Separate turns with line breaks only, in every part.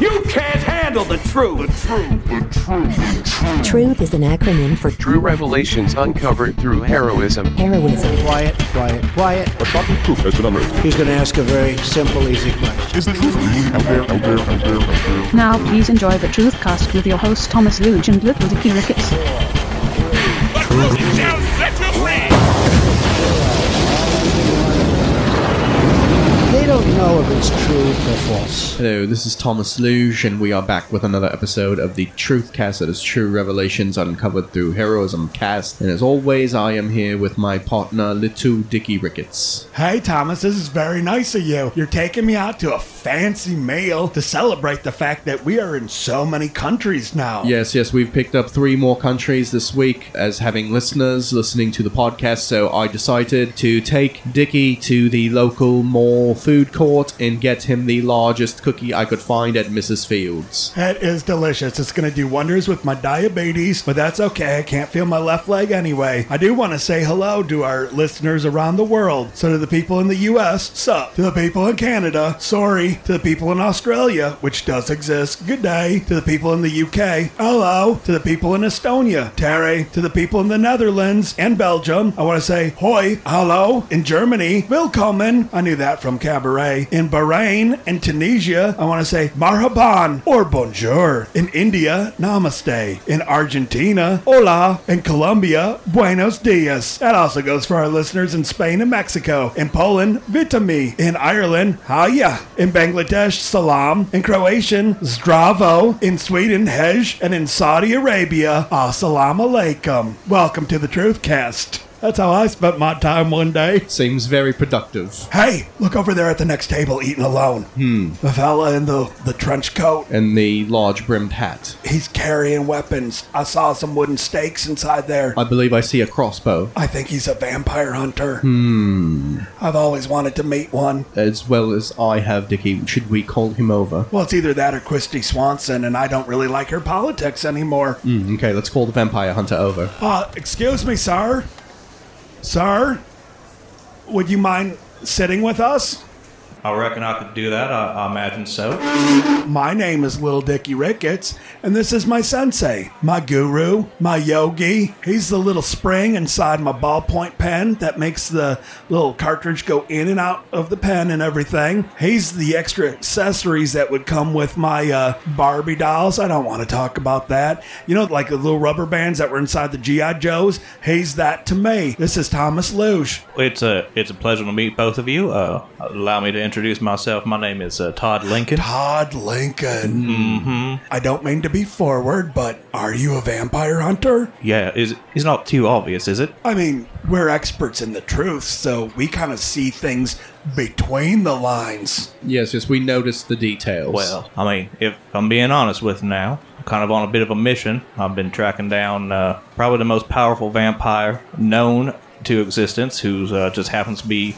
You can't handle the truth. The truth.
Truth is an acronym for
True revelations uncovered through heroism.
heroism.
Quiet, quiet, quiet. He's going to ask a very simple, easy question.
Now please enjoy the Truthcast with your hosts Thomas Luge and Little Dicky Ricketts.
The truth shall set you free.
They don't know if it's true or false.
Hello, this is Thomas Luge, and we are back with another episode of the Truth Cast that is True Revelations Uncovered Through Heroism Cast. And as always, I am here with my partner, Little Dicky Ricketts.
Hey, Thomas, this is very nice of you. You're taking me out to a fancy meal to celebrate the fact that we are in so many countries now.
Yes, yes, we've picked up three more countries this week as having listeners listening to the podcast, so I decided to take Dicky to the local mall food court and get him the largest cookie I could find at Mrs. Fields.
It is delicious. It's going to do wonders with my diabetes, but that's okay. I can't feel my left leg anyway. I do want to say hello to our listeners around the world. So, to the people in the US, sup. To the people in Canada, sorry. To the people in Australia, which does exist, good day. To the people in the UK, hello. To the people in Estonia, Terry. To the people in the Netherlands and Belgium, I want to say hoi, hello. In Germany, willkommen. I knew that from Cabaret. In Bahrain and Tunisia, I want to say marhaban or bonjour. In India, namaste. In Argentina, hola. In Colombia, buenos dias. That also goes for our listeners in Spain and Mexico. In Poland, vitami. In Ireland, haya. In Bangladesh, salam. In Croatian, zdravo. In Sweden, hej. And in Saudi Arabia, assalamu alaikum. Welcome to the Truthcast. That's how I spent my time one day.
Seems very productive.
Hey, look over there at the next table eating alone. Hmm. The fella in the, the trench coat,
And the large brimmed hat.
he's carrying weapons. I saw some wooden stakes inside there.
I believe I see a crossbow,
I think he's a vampire hunter. Hmm. I've always wanted to meet one.
as well as I have Dicky. Should we call him over?
Well, it's either that or Christy Swanson, and I don't really like her politics anymore.
Hmm, okay, let's call the vampire hunter over.
Uh, excuse me, sir. Sir, would you mind sitting with us?
I reckon I could do that. I, I imagine so.
My name is Little Dickie Ricketts, and this is my sensei, my guru, my yogi. He's the little spring inside my ballpoint pen that makes the little cartridge go in and out of the pen and everything. He's the extra accessories that would come with my uh, Barbie dolls. I don't want to talk about that. You know, like the little rubber bands that were inside the G.I. Joes? He's that to me. This is Thomas Luge.
It's a it's a pleasure to meet both of you. Uh, allow me to introduce myself. My name is uh, Todd Lincoln.
Todd Lincoln.
Mm-hmm.
I don't mean to be forward, but are you a vampire hunter?
Yeah, is it's not too obvious, is it?
I mean, we're experts in the truth, so we kind of see things between the lines.
Yes, yes, we noticed the details.
Well, I mean, if I'm being honest with now, I'm kind of on a bit of a mission. I've been tracking down uh, probably the most powerful vampire known to existence, who uh, just happens to be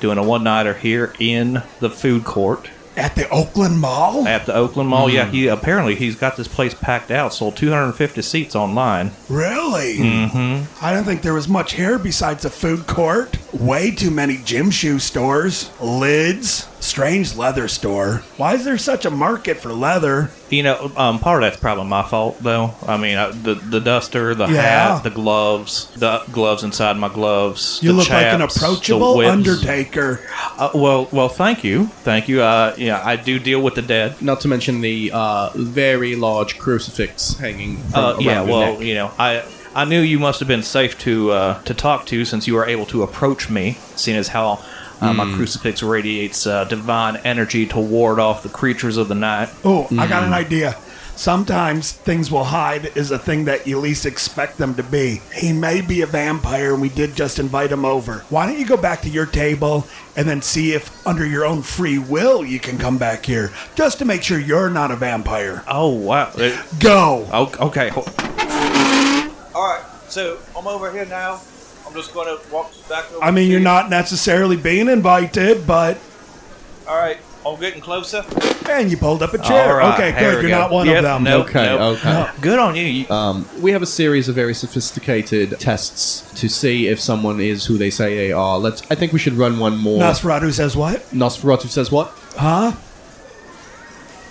doing a one-nighter here in the food court.
At the Oakland Mall? Hmm.
At the Oakland Mall, yeah, he apparently he's got this place packed out, sold 250 seats online.
Really? Mm-hmm. I don't think there was much here besides a food court. Way too many gym shoe stores, lids, strange leather store. Why is there such a market for leather?
You know, um, part of that's probably my fault, though. I mean, I, the the duster, the
Yeah.
hat, the gloves, the gloves inside my gloves.
You
the
look like an
chaps, the
approachable
whips.
undertaker.
Uh, well, well, thank you, thank you. Uh, yeah, I do deal with the dead.
Not to mention the uh, very large crucifix hanging. From
Uh, yeah,
around your
well,
neck.
you know, I
I knew you must have been safe to uh, to talk to since you were able to approach me, seeing as how uh, my crucifix radiates uh, divine energy to ward off the creatures of the night.
Oh, I got an
Mm-hmm.
idea. Sometimes things will hide is a thing that you least expect them to be. He may be a vampire, and we did just invite him over. Why don't you go back to your table and then see if, under your own free will, you can come back here just to make sure you're not a vampire.
Oh wow! It-
Go.
O- Okay. All right. So I'm over here now. I'm just going to walk back over.
I mean,
to
you're
you.
not necessarily being invited, but
All right. I'm getting closer.
man, you pulled up a chair.
All right,
okay,
here
good.
we
You're
go.
not one
Yep,
of them.
nope,
Okay,
nope.
okay.
Oh, Good on you. You-
Um, we have a series of very sophisticated tests to see if someone is who they say they are. Let's. I think we should run one more.
Nosferatu says what?
Nosferatu says what?
Huh?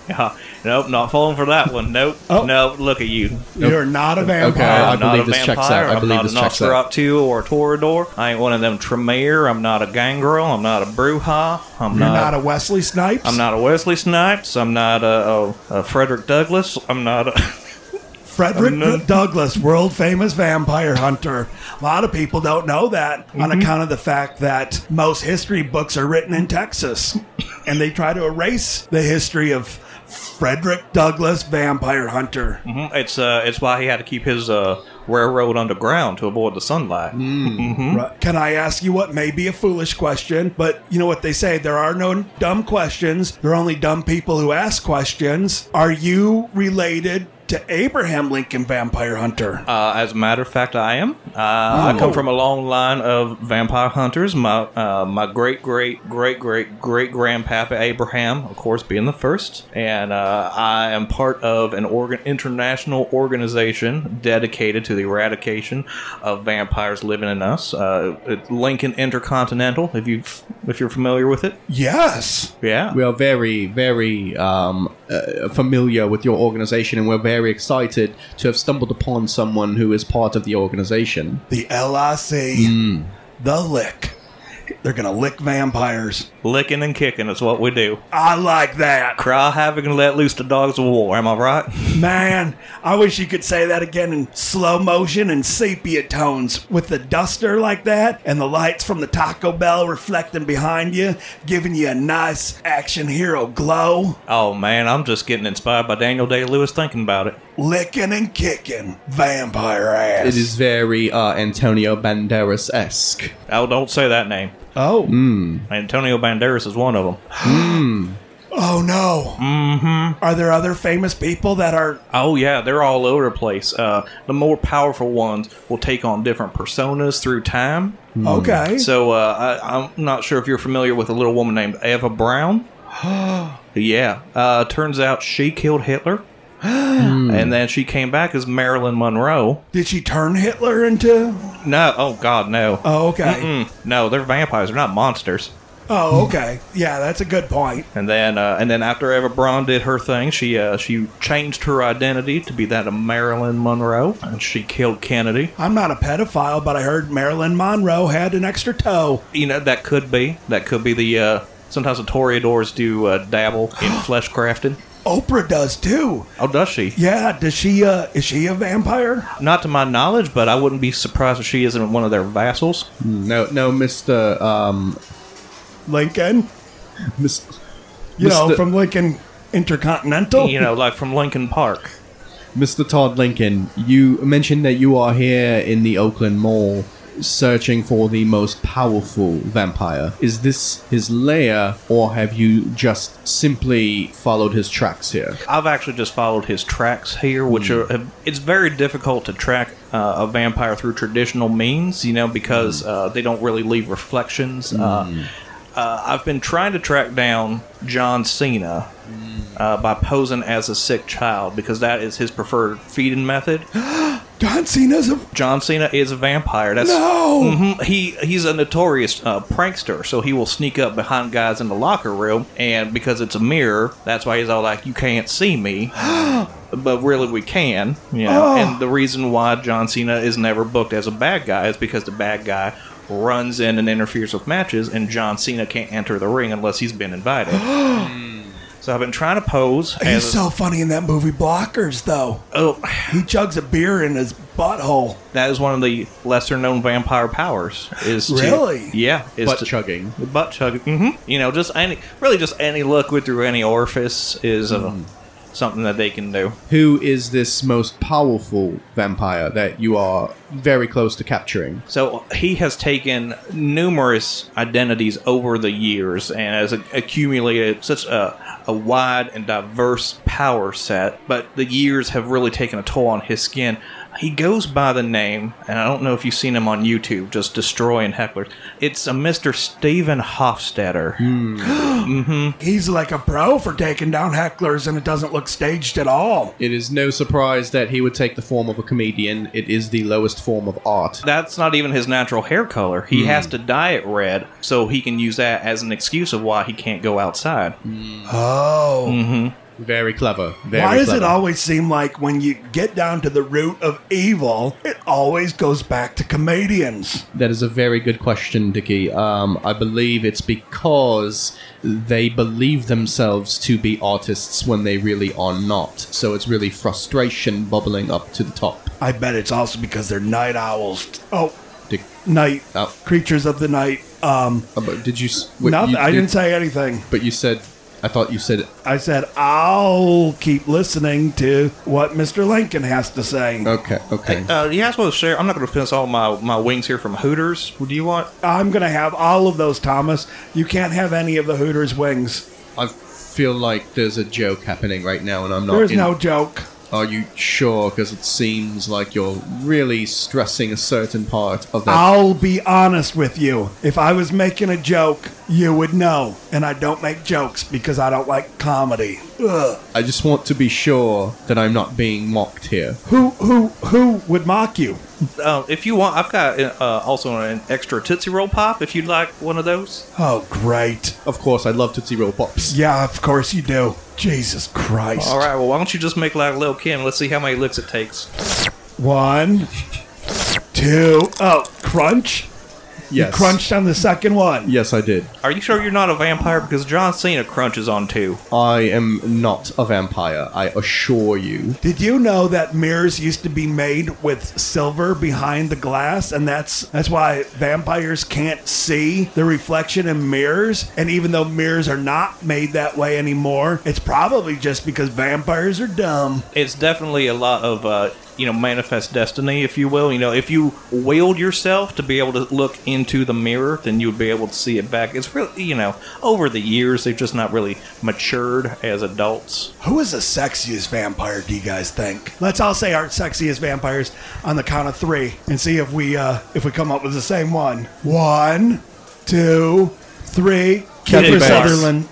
Yeah. Nope. Not falling for that one. Nope.
Oh.
Nope. Look at you.
You're not a
Okay, I- I
vampire.
I'm not
believe
a
this checks
vampire.
out. I
I'm
believe
not
this
a
checks out.
Nosferatu or a Torador. I ain't one of them Tremere. I'm not a Gangrel. I'm not a Bruja. I'm
You're not a Wesley Snipes.
I'm not a Wesley Snipes. I'm not a, a, a Frederick Douglass. I'm not a.
Frederick
I'm not-
Douglass, world famous vampire hunter. A lot of people don't know that on
Mm-hmm.
account of the fact that most history books are written in Texas and they try to erase the history of Frederick Douglass, vampire hunter.
Mhm. It's uh, it's why he had to keep his uh, railroad underground to avoid the sunlight.
Right. Can I ask you what may be a foolish question? But you know what they say there are no dumb questions, there are only dumb people who ask questions. Are you related to Abraham Lincoln, vampire hunter?
Uh, as a matter of fact, I am. Uh, I come from a long line of vampire hunters. My uh, my great great great great great grandpappy Abraham, of course, being the first, and uh, I am part of an organ international organization dedicated to the eradication of vampires living in us. Uh, it's Lincoln Intercontinental, if you if you're familiar with it,
yes.
yeah.
We are very, very um, uh, familiar with your organization, and we're very excited to have stumbled upon someone who is part of the organization.
the LIC,
Mm.
the lick. They're gonna lick vampires.
Licking and kicking is what we do.
I like that,
Cry havoc and let loose the dogs of war. Am I right?
man. I wish you could say that again in slow motion and sepia tones with the duster like that and the lights from the Taco Bell reflecting behind you, giving you a nice action hero glow.
Oh man, I'm just getting inspired by Daniel Day Lewis thinking about it.
Licking and kicking vampire ass.
It is very uh, Antonio Banderas esque.
Oh, don't say that name.
Oh,
Antonio Banderas is one of them.
oh no. Mm-hmm. Are there other famous people that are?
Oh yeah, they're all over the place. Uh, the more powerful ones will take on different personas through time.
Okay.
So uh, I, I'm not sure if you're familiar with a little woman named Eva Brown. yeah. Uh, turns out she killed Hitler, and then she came back as Marilyn Monroe.
Did she turn Hitler into?
No, oh God, no.
Oh, okay.
Mm, no, they're vampires. They're not monsters.
Oh, okay. Yeah, that's a good point.
And then, uh, and then after Eva Braun did her thing, she uh, she changed her identity to be that of Marilyn Monroe, and she killed Kennedy.
I'm not a pedophile, but I heard Marilyn Monroe had an extra toe.
You know that could be that could be the. Uh, sometimes the Toreadors do uh, dabble in flesh crafting.
Oprah does too.
Oh, does she?
Yeah, does she uh is she a vampire?
Not to my knowledge, but I wouldn't be surprised if she isn't one of their vassals.
Hmm. No, no, Mister, um,
Lincoln?
Miss,
You know,
Mr.
from Lincoln Intercontinental?
You know, like from Lincoln Park.
Mr. Todd Lincoln, you mentioned that you are here in the Oakland Mall searching for the most powerful vampire. Is this his lair, or have you just simply followed his tracks here?
I've actually just followed his tracks here, which are it's very difficult to track uh, a vampire through traditional means, you know, because uh, they don't really leave reflections. Uh, uh, I've been trying to track down John Cena uh, by posing as a sick child because that is his preferred feeding method.
John Cena's a
John Cena is a vampire. That's
No!
Mhm. He he's a notorious uh, prankster, so he will sneak up behind guys in the locker room, and because it's a mirror, that's why he's all like, "You can't see me," but really we can. You know, and the reason why John Cena is never booked as a bad guy is because the bad guy runs in and interferes with matches, and John Cena can't enter the ring unless he's been invited. so I've been trying to pose
He's
as a-
so funny in that movie Blockers though.
oh.
He chugs a beer in his butthole.
That is one of the lesser known vampire powers. Is to-
Really?
yeah, is
Butt
to-
chugging.
the butt chugging. Mm-hmm. You know, just any, really, just any look with through any orifice is uh, something that they can do.
Hmm. Who is this most powerful vampire that you are very close to capturing?
So he has taken numerous identities over the years and has accumulated such a, a wide and diverse power set, but the years have really taken a toll on his skin. He goes by the name, and I don't know if you've seen him on YouTube, just destroying hecklers. It's a Mr. Steven Hofstadter.
He's like a pro for taking down hecklers, and it doesn't look staged at all.
It is no surprise that he would take the form of a comedian. It is the lowest form of art. Hmm.
That's not even his natural hair color. He has to dye it red so he can use that as an excuse of why he can't go outside. Mm-hmm.
Oh.
Hmm. Very clever. Very
Why does
clever.
it always seem like when you get down to the root of evil, it always goes back to comedians?
That is a very good question, Dicky. Um, I believe it's because they believe themselves to be artists when they really are not. So it's really frustration bubbling up to the top.
I bet it's also because they're night owls. Oh,
Dick,
night
Oh.
creatures of the night. Um,
uh, but did you? s- wait,
nothing.
you
I
did-
didn't say anything.
But you said. I thought you said.
I said I'll keep listening to what Mr. Lincoln has to say.
Okay. Okay.
Uh, you guys want to share? I'm not going to finish all my, my wings here from Hooters. Do you want?
I'm gonna have all of those, Thomas. You can't have any of the Hooters wings.
I feel like there's a joke happening right now, and I'm not.
There's
in-
no joke.
Are you sure? Because it seems like you're really stressing a certain part of that.
I'll be honest with you. If I was making a joke, you would know. And I don't make jokes because I don't like comedy. Ugh.
I just want to be sure that I'm not being mocked here.
Who who who would mock you?
Uh, if you want, I've got uh, also an extra Tootsie Roll Pop. If you'd like one of those,
Oh, great.
Of course, I love Tootsie Roll Pops.
Yeah, of course you do. Jesus Christ.
all right. Well, why don't you just make like Lil Kim? Let's see how many licks it takes.
One, two. Oh, crunch.
Yes.
You crunched on the second one.
Yes, I did.
Are you sure you're not a vampire? Because John Cena crunches on two.
I am not a vampire, I assure you.
Did you know that mirrors used to be made with silver behind the glass, and that's that's why vampires can't see the reflection in mirrors? And even though mirrors are not made that way anymore, it's probably just because vampires are dumb.
It's definitely a lot of uh, you know manifest destiny, if you will. You know, if you willed yourself to be able to look into the mirror, then you would be able to see it back. It's really you know over the years they've just not really matured as adults.
Who is the sexiest vampire? Do you guys think? Let's all say our sexiest vampires on the count of three, and see if we uh, if we come up with the same one. One, two, three.
Kathy
Kiefer
Bates.
Sutherland.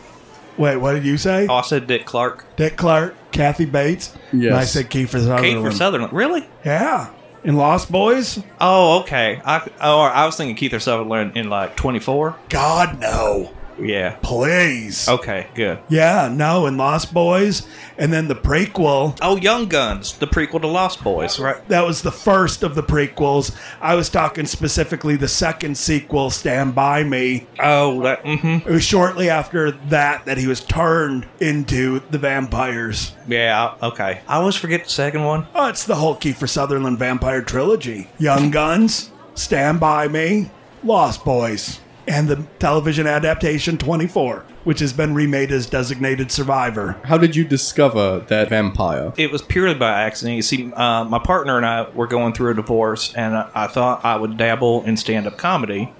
Wait, what did you say?
Oh, I said Dick Clark.
Dick Clark, Kathy Bates.
Yes.
And I said Kiefer Sutherland.
Kiefer Sutherland, really?
Yeah. In Lost Boys?
Oh, okay. I oh, I was thinking Keith or Sutherland in like 24.
God, no.
Yeah.
Please.
Okay, good.
Yeah, no, in Lost Boys. And then the prequel.
Oh, Young Guns, the prequel to Lost Boys, right?
That was the first of the prequels. I was talking specifically the second sequel, Stand By Me.
Oh, that, mm-hmm.
It was shortly after that that he was turned into the vampires.
Yeah, okay. I always forget the second one.
Oh, it's the whole Kiefer Sutherland vampire trilogy Young Guns, Stand By Me, Lost Boys, and the television adaptation 24, which has been remade as Designated Survivor.
How did you discover that vampire?
It was purely by accident. You see, uh, my partner and I were going through a divorce, and I I thought I would dabble in stand up comedy.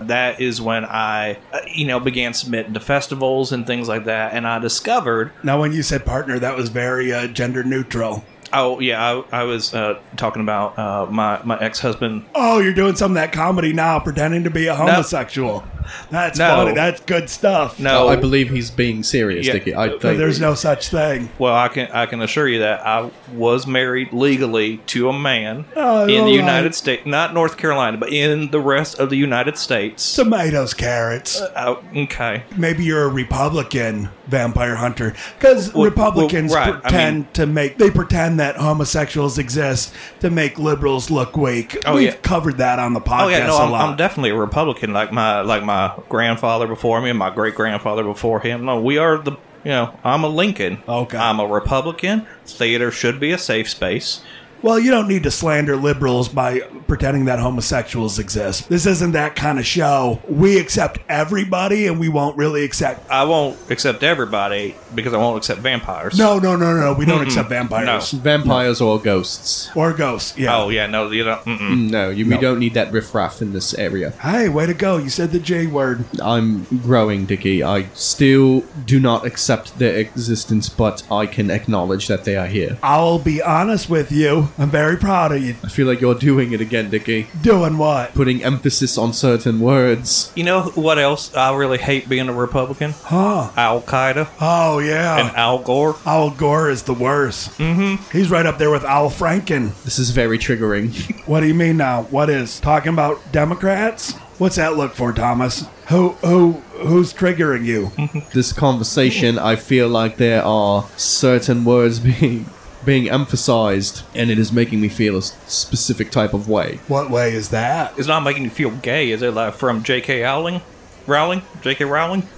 That is when I, uh, you know, began submitting to festivals and things like that, and I discovered
Now, when you said partner, that was very uh, gender neutral.
oh, yeah, I, I was uh, talking about uh, my, my ex husband
Oh, you're doing some of that comedy now, pretending to be a homosexual. That's
No.
funny. That's good stuff.
No,
Oh, I believe he's being serious,
Oh. Yeah.
Dicky. I
No,
think
There's no such thing.
Well, I can I can assure you that I was married legally to a man in
Oh, all
the
right.
United States, not North Carolina, but in the rest of the United States.
Tomatoes, carrots.
Uh, okay,
maybe you're a Republican vampire hunter because
Well,
Republicans
well, right, I
pretend
mean-
to make they pretend that homosexuals exist to make liberals look weak.
Oh,
We've
yeah.
covered that on the podcast
oh yeah, no,
a
I'm,
lot.
I'm definitely a Republican, like my like my grandfather before me and my great grandfather before him. No, we are the you know I'm a Lincoln.
Okay.
I'm a Republican. Theater should be a safe space.
Well, you don't need to slander liberals by pretending that homosexuals exist. This isn't that kind of show. We accept everybody and we won't really accept.
I won't accept everybody because I won't accept vampires.
No, no, no, no. We don't accept vampires
Vampires or ghosts?
or ghosts. Yeah.
Oh yeah, no, you don't. Mm-mm.
No, you, we don't need that riffraff in this area.
Hey, way to go. You said the J word.
I'm growing, Dickie. I still do not accept their existence, but I can acknowledge that they are here.
I'll be honest with you. I'm very proud of you.
I feel like you're doing it again, Dickie.
Doing what?
Putting emphasis on certain words.
You know what else? I really hate being a Republican.
Huh.
Al Qaeda
Oh, yeah.
and Al Gore.
Al Gore is the worst. Mm-hmm. He's right up there with Al Franken.
This is very triggering.
What do you mean now? What is talking about Democrats? What's that look for, Thomas? Who who who's triggering you?
this conversation, I feel like there are certain words being being emphasized, and it is making me feel a s- specific type of way.
what way is that?
It's not making you feel gay, is it? Like from J.K. Rowling, Rowling, J.K. Rowling.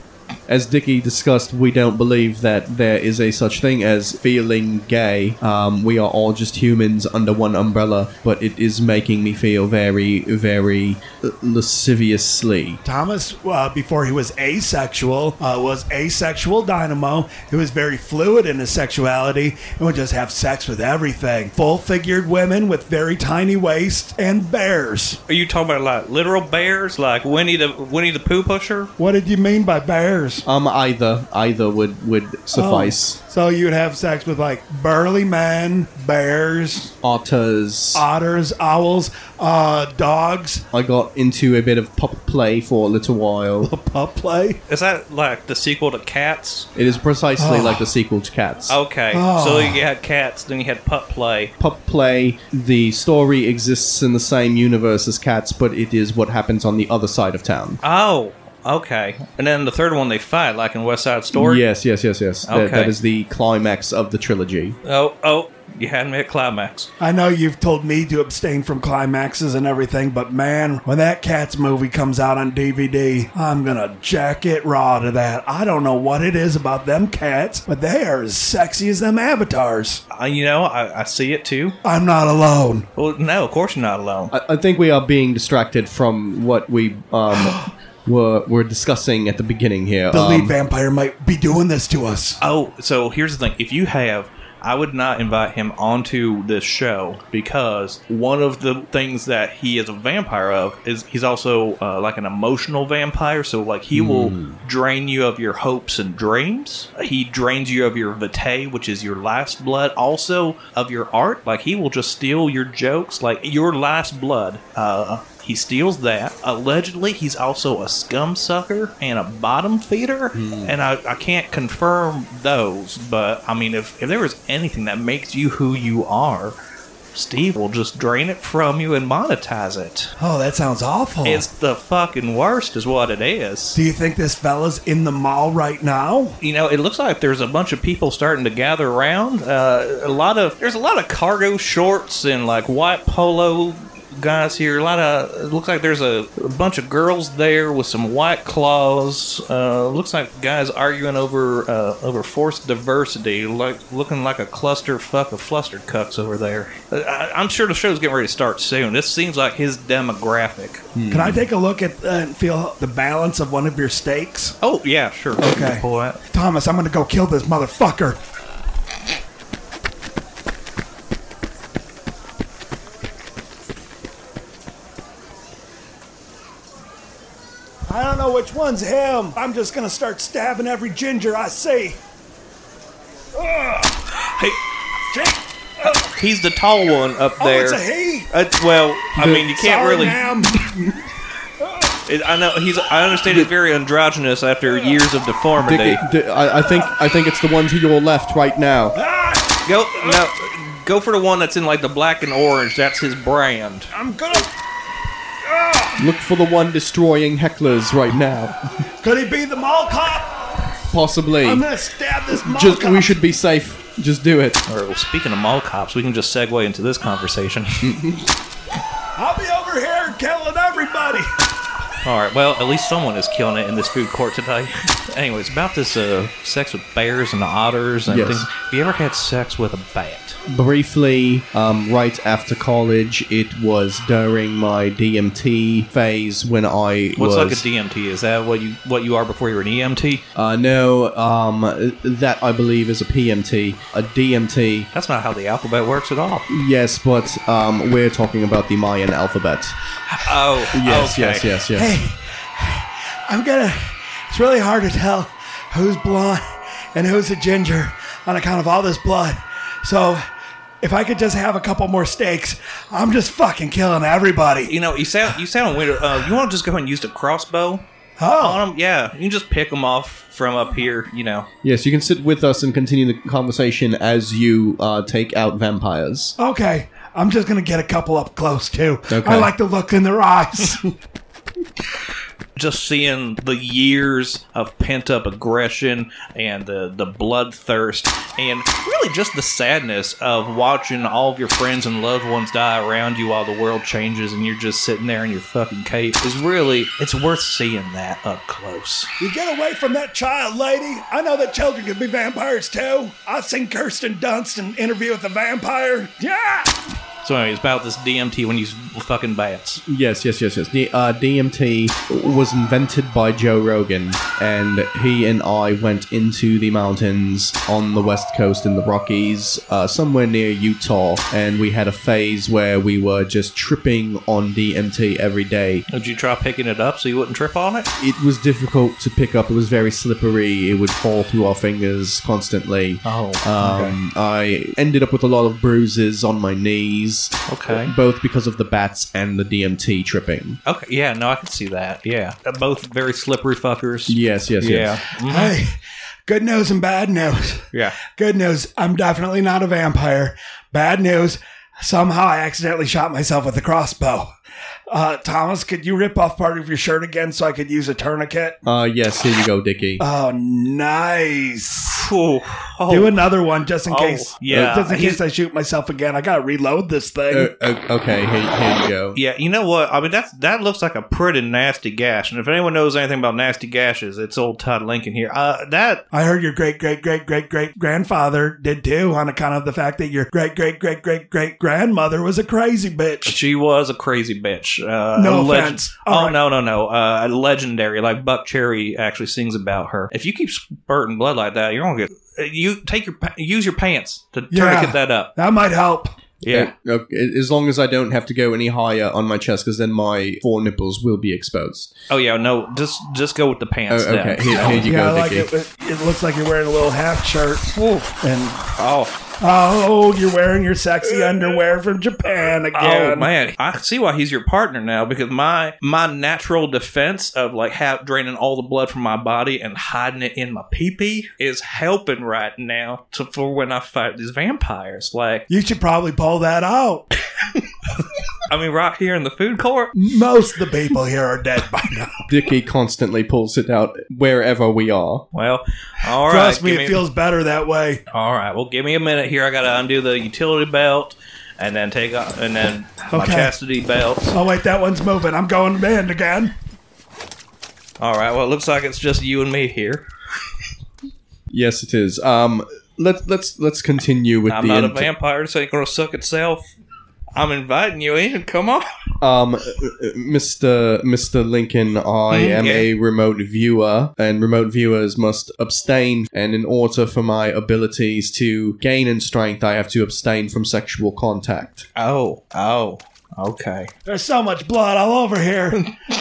As Dickie discussed, we don't believe that there is a such thing as feeling gay. Um, we are all just humans under one umbrella, but it is making me feel very, very uh, lasciviously.
Thomas, uh, before he was asexual, uh, was asexual dynamo. He was very fluid in his sexuality and would just have sex with everything. Full-figured women with very tiny waists and bears.
Are you talking about like literal bears, like Winnie the Winnie the Pooh pusher?
What did you mean by bears?
Um, either either would would suffice.
Oh. So you'd have sex with like burly men, bears,
Otters.
otters, owls, uh, dogs,
I got into a bit of pup play for a little while.
pup play.
Is that like the sequel to Cats?
It is precisely like the sequel to Cats.
Okay, so
Oh.
you had Cats, then you had Pup Play.
Pup play, the story exists in the same universe as Cats, but it is what happens on the other side of town.
Oh, okay. And then the third one they fight, like in West Side Story.
Yes, yes, yes, yes. That-
Okay.
that is the climax of the trilogy.
Oh, oh, you had me at climax.
I know you've told me to abstain from climaxes and everything, but man, when that Cats movie comes out on DVD, I'm gonna jack it raw to that. I don't know what it is about them cats, but they are as sexy as them avatars.
Uh, you know, I, I see it too.
I'm not alone.
Well, no, of course you're not alone.
I, I think we are being distracted from what we um, were, were discussing at the beginning here.
The lead
Um,
vampire might be doing this to us.
Oh, so here's the thing. If you have, I would not invite him onto this show because one of the things that he is a vampire of is he's also uh, like an emotional vampire. So, like, he will drain you of your hopes and dreams. He drains you of your vitae, which is your last blood, also of your art. Like, he will just steal your jokes, like, your last blood. Uh, he steals that. Allegedly, he's also a scum sucker and a bottom feeder. And I, I can't confirm those, but I mean, if, if there is anything that makes you who you are, Steve will just drain it from you and monetize it.
Oh, that sounds awful.
It's the fucking worst, is what it is.
Do you think this fella's in the mall right now?
You know, it looks like there's a bunch of people starting to gather around. Uh, a lot of there's a lot of cargo shorts and like white polo guys here. A lot of it looks like there's a, a bunch of girls there with some white claws. Uh, looks like guys arguing over uh, over forced diversity, like looking like a cluster fuck of flustered cucks over there. Uh, I, I'm sure the show's getting ready to start soon. This seems like his demographic.
Can I take a look at uh, and feel the balance of one of your steaks?
Oh yeah, sure.
Okay.
Pull that.
Thomas, I'm gonna go kill this motherfucker. I don't know which one's him. I'm just gonna start stabbing every ginger I see.
Hey, he's the tall one up
Oh,
there.
it's a he.
It's, Uh, well, I mean, you can't
Sorry,
really.
ma'am.
It, I know he's. I understand he's very androgynous after years of deformity.
Dickie, Di- I, I think I think it's the one to your left right now.
Ah,
Go
uh,
no, go for the one that's in like the black and orange. That's his brand.
I'm gonna.
Look for the one destroying hecklers right now.
Could he be the mall cop?
Possibly.
I'm gonna stab this mall
Just
cop.
we should be safe. Just do it.
All right. Well, speaking of mall cops, we can just segue into this conversation.
I'll be over here killing everybody.
All right. Well, at least someone is killing it in this food court today. Anyways, about this uh, sex with bears and otters and
Yes.
things. Have you ever had sex with a bat?
briefly um, right after college. It was during my DMT phase when I
What's
was
like a DMT? Is that what you what you are before you're an E EMT?
Uh, no, um, that I believe is a PMT, a DMT.
That's not how the alphabet works at all.
Yes, but um, we're talking about the Mayan alphabet.
Oh,
Yes,
okay.
yes, yes, yes.
Hey, I'm gonna. It's really hard to tell who's blonde and who's a ginger on account of all this blood. So, if I could just have a couple more steaks, I'm just fucking killing everybody.
You know, you sound you sound weird. Uh, you want to just go ahead and use the crossbow
Oh,
on them? Yeah, you can just pick them off from up here. You know.
Yes, you can sit with us and continue the conversation as you uh, take out vampires.
okay. I'm just gonna get a couple up close too.
Okay.
I like the look in their eyes.
just seeing the years of pent up aggression and the, the bloodthirst and really just the sadness of watching all of your friends and loved ones die around you while the world changes and you're just sitting there in your fucking cape is really it's worth seeing that up close.
You get away from that child, lady. I know that children can be vampires too. I've seen Kirsten Dunst in Interview with a Vampire. Yeah!
So anyway, it's about this DMT when you s- fucking bats.
Yes, yes, yes, yes. The uh, DMT was invented by Joe Rogan, and he and I went into the mountains on the west coast in the Rockies, uh, somewhere near Utah, and we had a phase where we were just tripping on DMT every day.
Would you try picking it up so you wouldn't trip on it?
It was difficult to pick up; it was very slippery. It would fall through our fingers constantly.
Oh,
Um, I ended up with a lot of bruises on my knees.
Okay.
Both because of the bats and the DMT tripping.
Okay, yeah, no, I can see that. Yeah, They're Uh, both very slippery fuckers.
Yes, yes,
yeah,
yes.
Hey, good news and bad news.
yeah.
Good news, I'm definitely not a vampire. Bad news, somehow I accidentally shot myself with a crossbow. Uh, Thomas, could you rip off part of your shirt again so I could use a tourniquet?
Uh, yes, here you go, Dickie.
Oh, nice.
Ooh, oh,
Do another one just in case. Uh,
yeah.
Just in
He's-
case I shoot myself again. I gotta reload this thing.
Uh, o- okay, here, here you go.
Yeah, you know what? I mean, that's that looks like a pretty nasty gash. And if anyone knows anything about nasty gashes, it's old Todd Lincoln here. Uh, that
I heard your great great great great great grandfather did too, on account of the fact that your great great great great great grandmother was a crazy bitch.
she was a crazy bitch. Uh,
No
a leg-
offense.
Oh
All right.
no no no! Uh, legendary, like Buck Cherry actually sings about her. If you keep spurting blood like that, you're gonna get. uh, You take your pa- use your pants to
Yeah.
tourniquet that up.
That might help.
Yeah.
Uh, okay, as long as I don't have to go any higher on my chest, because then my four nipples will be exposed.
Oh yeah. No, just just go with the
Oh,
pants.
okay,
Then.
here, here you
yeah, I
go,
like
Dickie.
it. it. It looks like you're wearing a little half shirt. And
Oh
oh, you're wearing your sexy underwear from Japan again.
oh man, I see why he's your partner now because my my natural defense of like have draining all the blood from my body and hiding it in my pee pee is helping right now to for when I fight these vampires. Like
You should probably pull that out.
I mean, right here in the food court.
Most of the people here are dead by now.
Dickie constantly pulls it out wherever we are.
Well, all right.
Trust me,
give
it feels better that way.
all right. Well, give me a minute here. I gotta undo the utility belt and then take off and then my
Okay.
chastity belt.
Oh wait, that one's moving. I'm going in again.
All right. Well, it looks like it's just you and me here.
Yes, it is. Um, let's let's let's continue with
I'm
the
not a
int-
vampire. This ain't gonna suck itself. I'm inviting you in. Come on.
Um, uh, uh, Mr. Mr. Lincoln, I am
Okay.
a remote viewer, and remote viewers must abstain. And in order for my abilities to gain in strength, I have to abstain from sexual contact.
Oh, oh, okay.
There's so much blood all over here.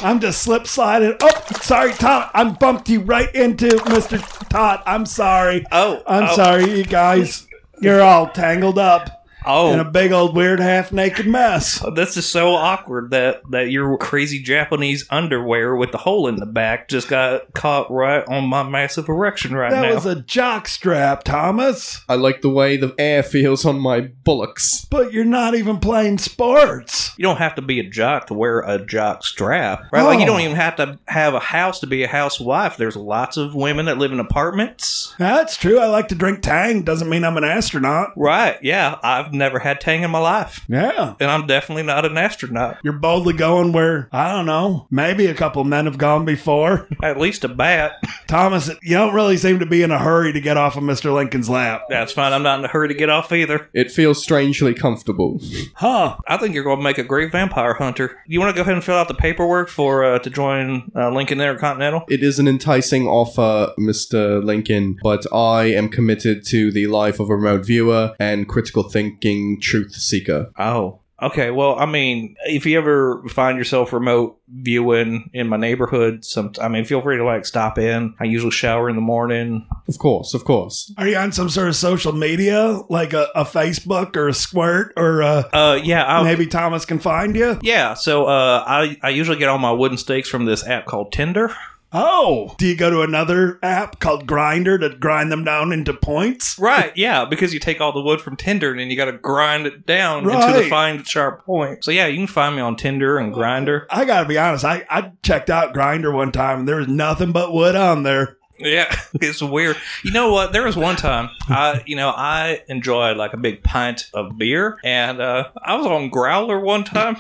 I'm just slip sliding. Oh, sorry, Todd. I'm bumped you right into Mr. Todd. I'm sorry.
Oh,
I'm
oh.
sorry, you guys. You're all tangled up in
Oh,
a big old weird half naked mess.
this is so awkward that that your crazy Japanese underwear with the hole in the back just got caught right on my massive erection right
That
now.
was a jock strap, Thomas.
I like the way the air feels on my bullocks.
But you're not even playing sports.
you don't have to be a jock to wear a jock strap, right? Like you
Oh.
don't even have to have a house to be a housewife. There's lots of women that live in apartments.
That's true. I like to drink Tang. Doesn't mean I'm an astronaut.
Right, yeah. I've I've never had Tang in my life.
Yeah.
And I'm definitely not an astronaut.
You're boldly going where, I don't know, maybe a couple men have gone before.
At least a bat.
Thomas, you don't really seem to be in a hurry to get off of Mr. Lincoln's lap.
That's fine. I'm not in a hurry to get off either.
It feels strangely comfortable.
Huh.
I think you're going to make a great vampire hunter. You want to go ahead and fill out the paperwork for uh, to join uh, Lincoln Intercontinental?
It is an enticing offer, Mr. Lincoln, but I am committed to the life of a remote viewer and critical thinking truth seeker.
Oh. Okay, well, I mean, if you ever find yourself remote viewing in my neighborhood, some I mean, feel free to like stop in. I usually shower in the morning.
Of course, of course.
Are you on some sort of social media, like a, a Facebook or a Squirt or a,
Uh, yeah, I
maybe Thomas can find you?
yeah. So, uh, I I usually get all my wooden stakes from this app called Tinder.
Oh, do you go to another app called Grinder to grind them down into points?
Right, yeah, because you take all the wood from Tinder and then you got to grind it down into
Right.
the fine sharp point. So yeah, you can find me on Tinder and Grinder.
I gotta be honest, I, I checked out Grinder one time and there was nothing but wood on there.
Yeah, it's weird. You know what? There was one time I, you know, I enjoyed like a big pint of beer, and uh, I was on growler one time.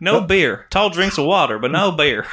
No beer, tall drinks of water, but no beer.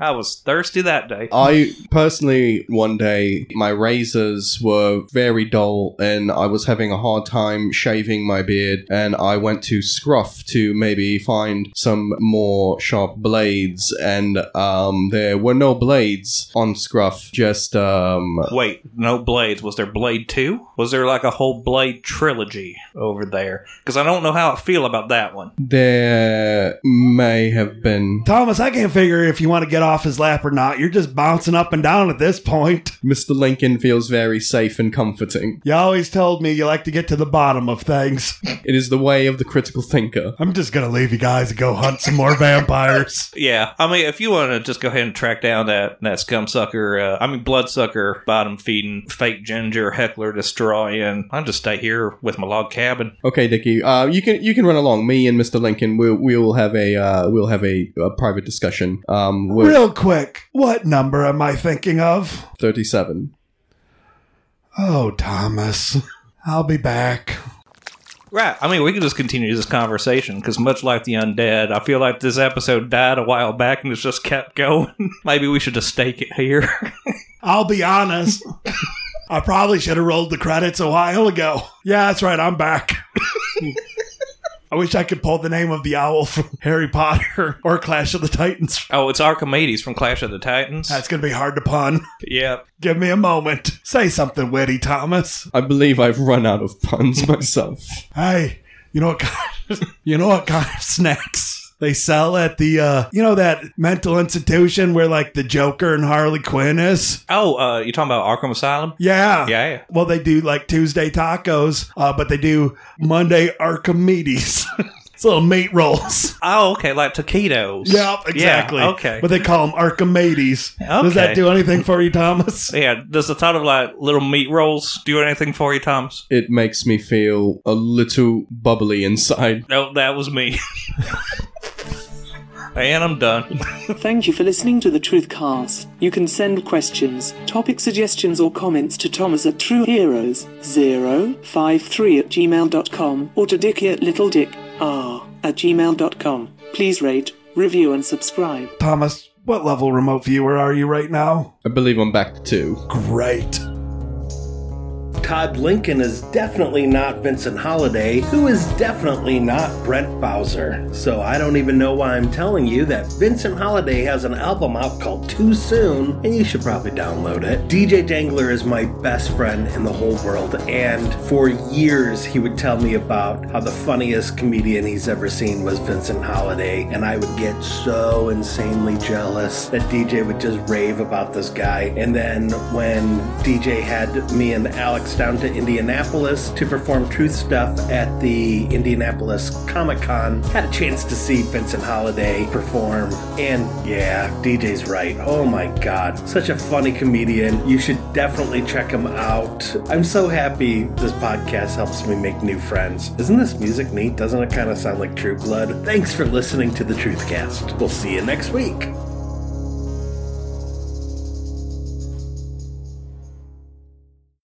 I was thirsty that day.
I personally, one day, my razors were very dull and I was having a hard time shaving my beard. And I went to Scruff to maybe find some more sharp blades. And um, there were no blades on Scruff, just um,
Wait, no blades. Was there Blade 2? Was there like a whole Blade trilogy over there? Because I don't know how I feel about that one.
there may have been.
Thomas, I can't figure if you want to get off his lap or not. You're just bouncing up and down at this point.
Mr. Lincoln feels very safe and comforting.
You always told me you like to get to the bottom of things.
It is the way of the critical thinker.
I'm just gonna leave you guys and go hunt some more vampires.
Yeah, I mean, if you want to just go ahead and track down that that scum sucker, uh, I mean bloodsucker, bottom feeding, fake ginger heckler destroying, I'll just stay here with my log cabin.
Okay, Dickie. Uh, you can you can run along. Me and Mr. Lincoln. We'll we'll have a uh, we'll have a, uh private discussion. Um, we're
Real quick, what number am I thinking of?
thirty-seven.
Oh, Thomas, I'll be back.
Right. I mean, we can just continue this conversation because, much like the undead, I feel like this episode died a while back and it's just kept going. Maybe we should just stake it here.
I'll be honest. I probably should have rolled the credits a while ago. Yeah, that's right. I'm back. I wish I could pull the name of the owl from Harry Potter or Clash of the Titans.
oh, it's Archimedes from Clash of the Titans.
That's going to be hard to pun.
yep.
Give me a moment. Say something witty, Thomas.
I believe I've run out of puns myself.
Hey, you know what kind of, you know what kind of snacks they sell at the uh, you know that mental institution where like the Joker and Harley Quinn is?
Oh, uh, you're talking about Arkham Asylum?
Yeah.
Yeah.
Well, they do like Tuesday tacos, uh, but they do Monday Archimedes. it's little meat rolls.
Oh, okay, like taquitos.
Yep, exactly.
Yeah, okay.
But they call them Archimedes. Does that
Okay.
do anything for you, Thomas?
Yeah, does the thought of like little meat rolls do anything for you, Thomas?
It makes me feel a little bubbly inside.
No, that was me. and I'm done.
Thank you for listening to the Truthcast. You can send questions, topic suggestions, or comments to Thomas at TrueHeroes053 at gmail.com or to Dickie at LittleDickR at gmail.com. Please rate, review, and subscribe.
Thomas, what level remote viewer are you right now?
I believe I'm back to two.
Great.
Todd Lincoln is definitely not Vincent Holliday, who is definitely not Brent Bowser. So I don't even know why I'm telling you that Vincent Holliday has an album out called Too Soon, and you should probably download it. DJ Dangler is my best friend in the whole world, and for years he would tell me about how the funniest comedian he's ever seen was Vincent Holliday, and I would get so insanely jealous that DJ would just rave about this guy. And then when DJ had me and Alex down to Indianapolis to perform Truth Stuff at the Indianapolis Comic Con, had a chance to see Vincent Holiday perform. And yeah, DJ's right. Oh my God. Such a funny comedian. You should definitely check him out. I'm so happy this podcast helps me make new friends. Isn't this music neat? Doesn't it kind of sound like True Blood? Thanks for listening to the Truthcast. We'll see you next week.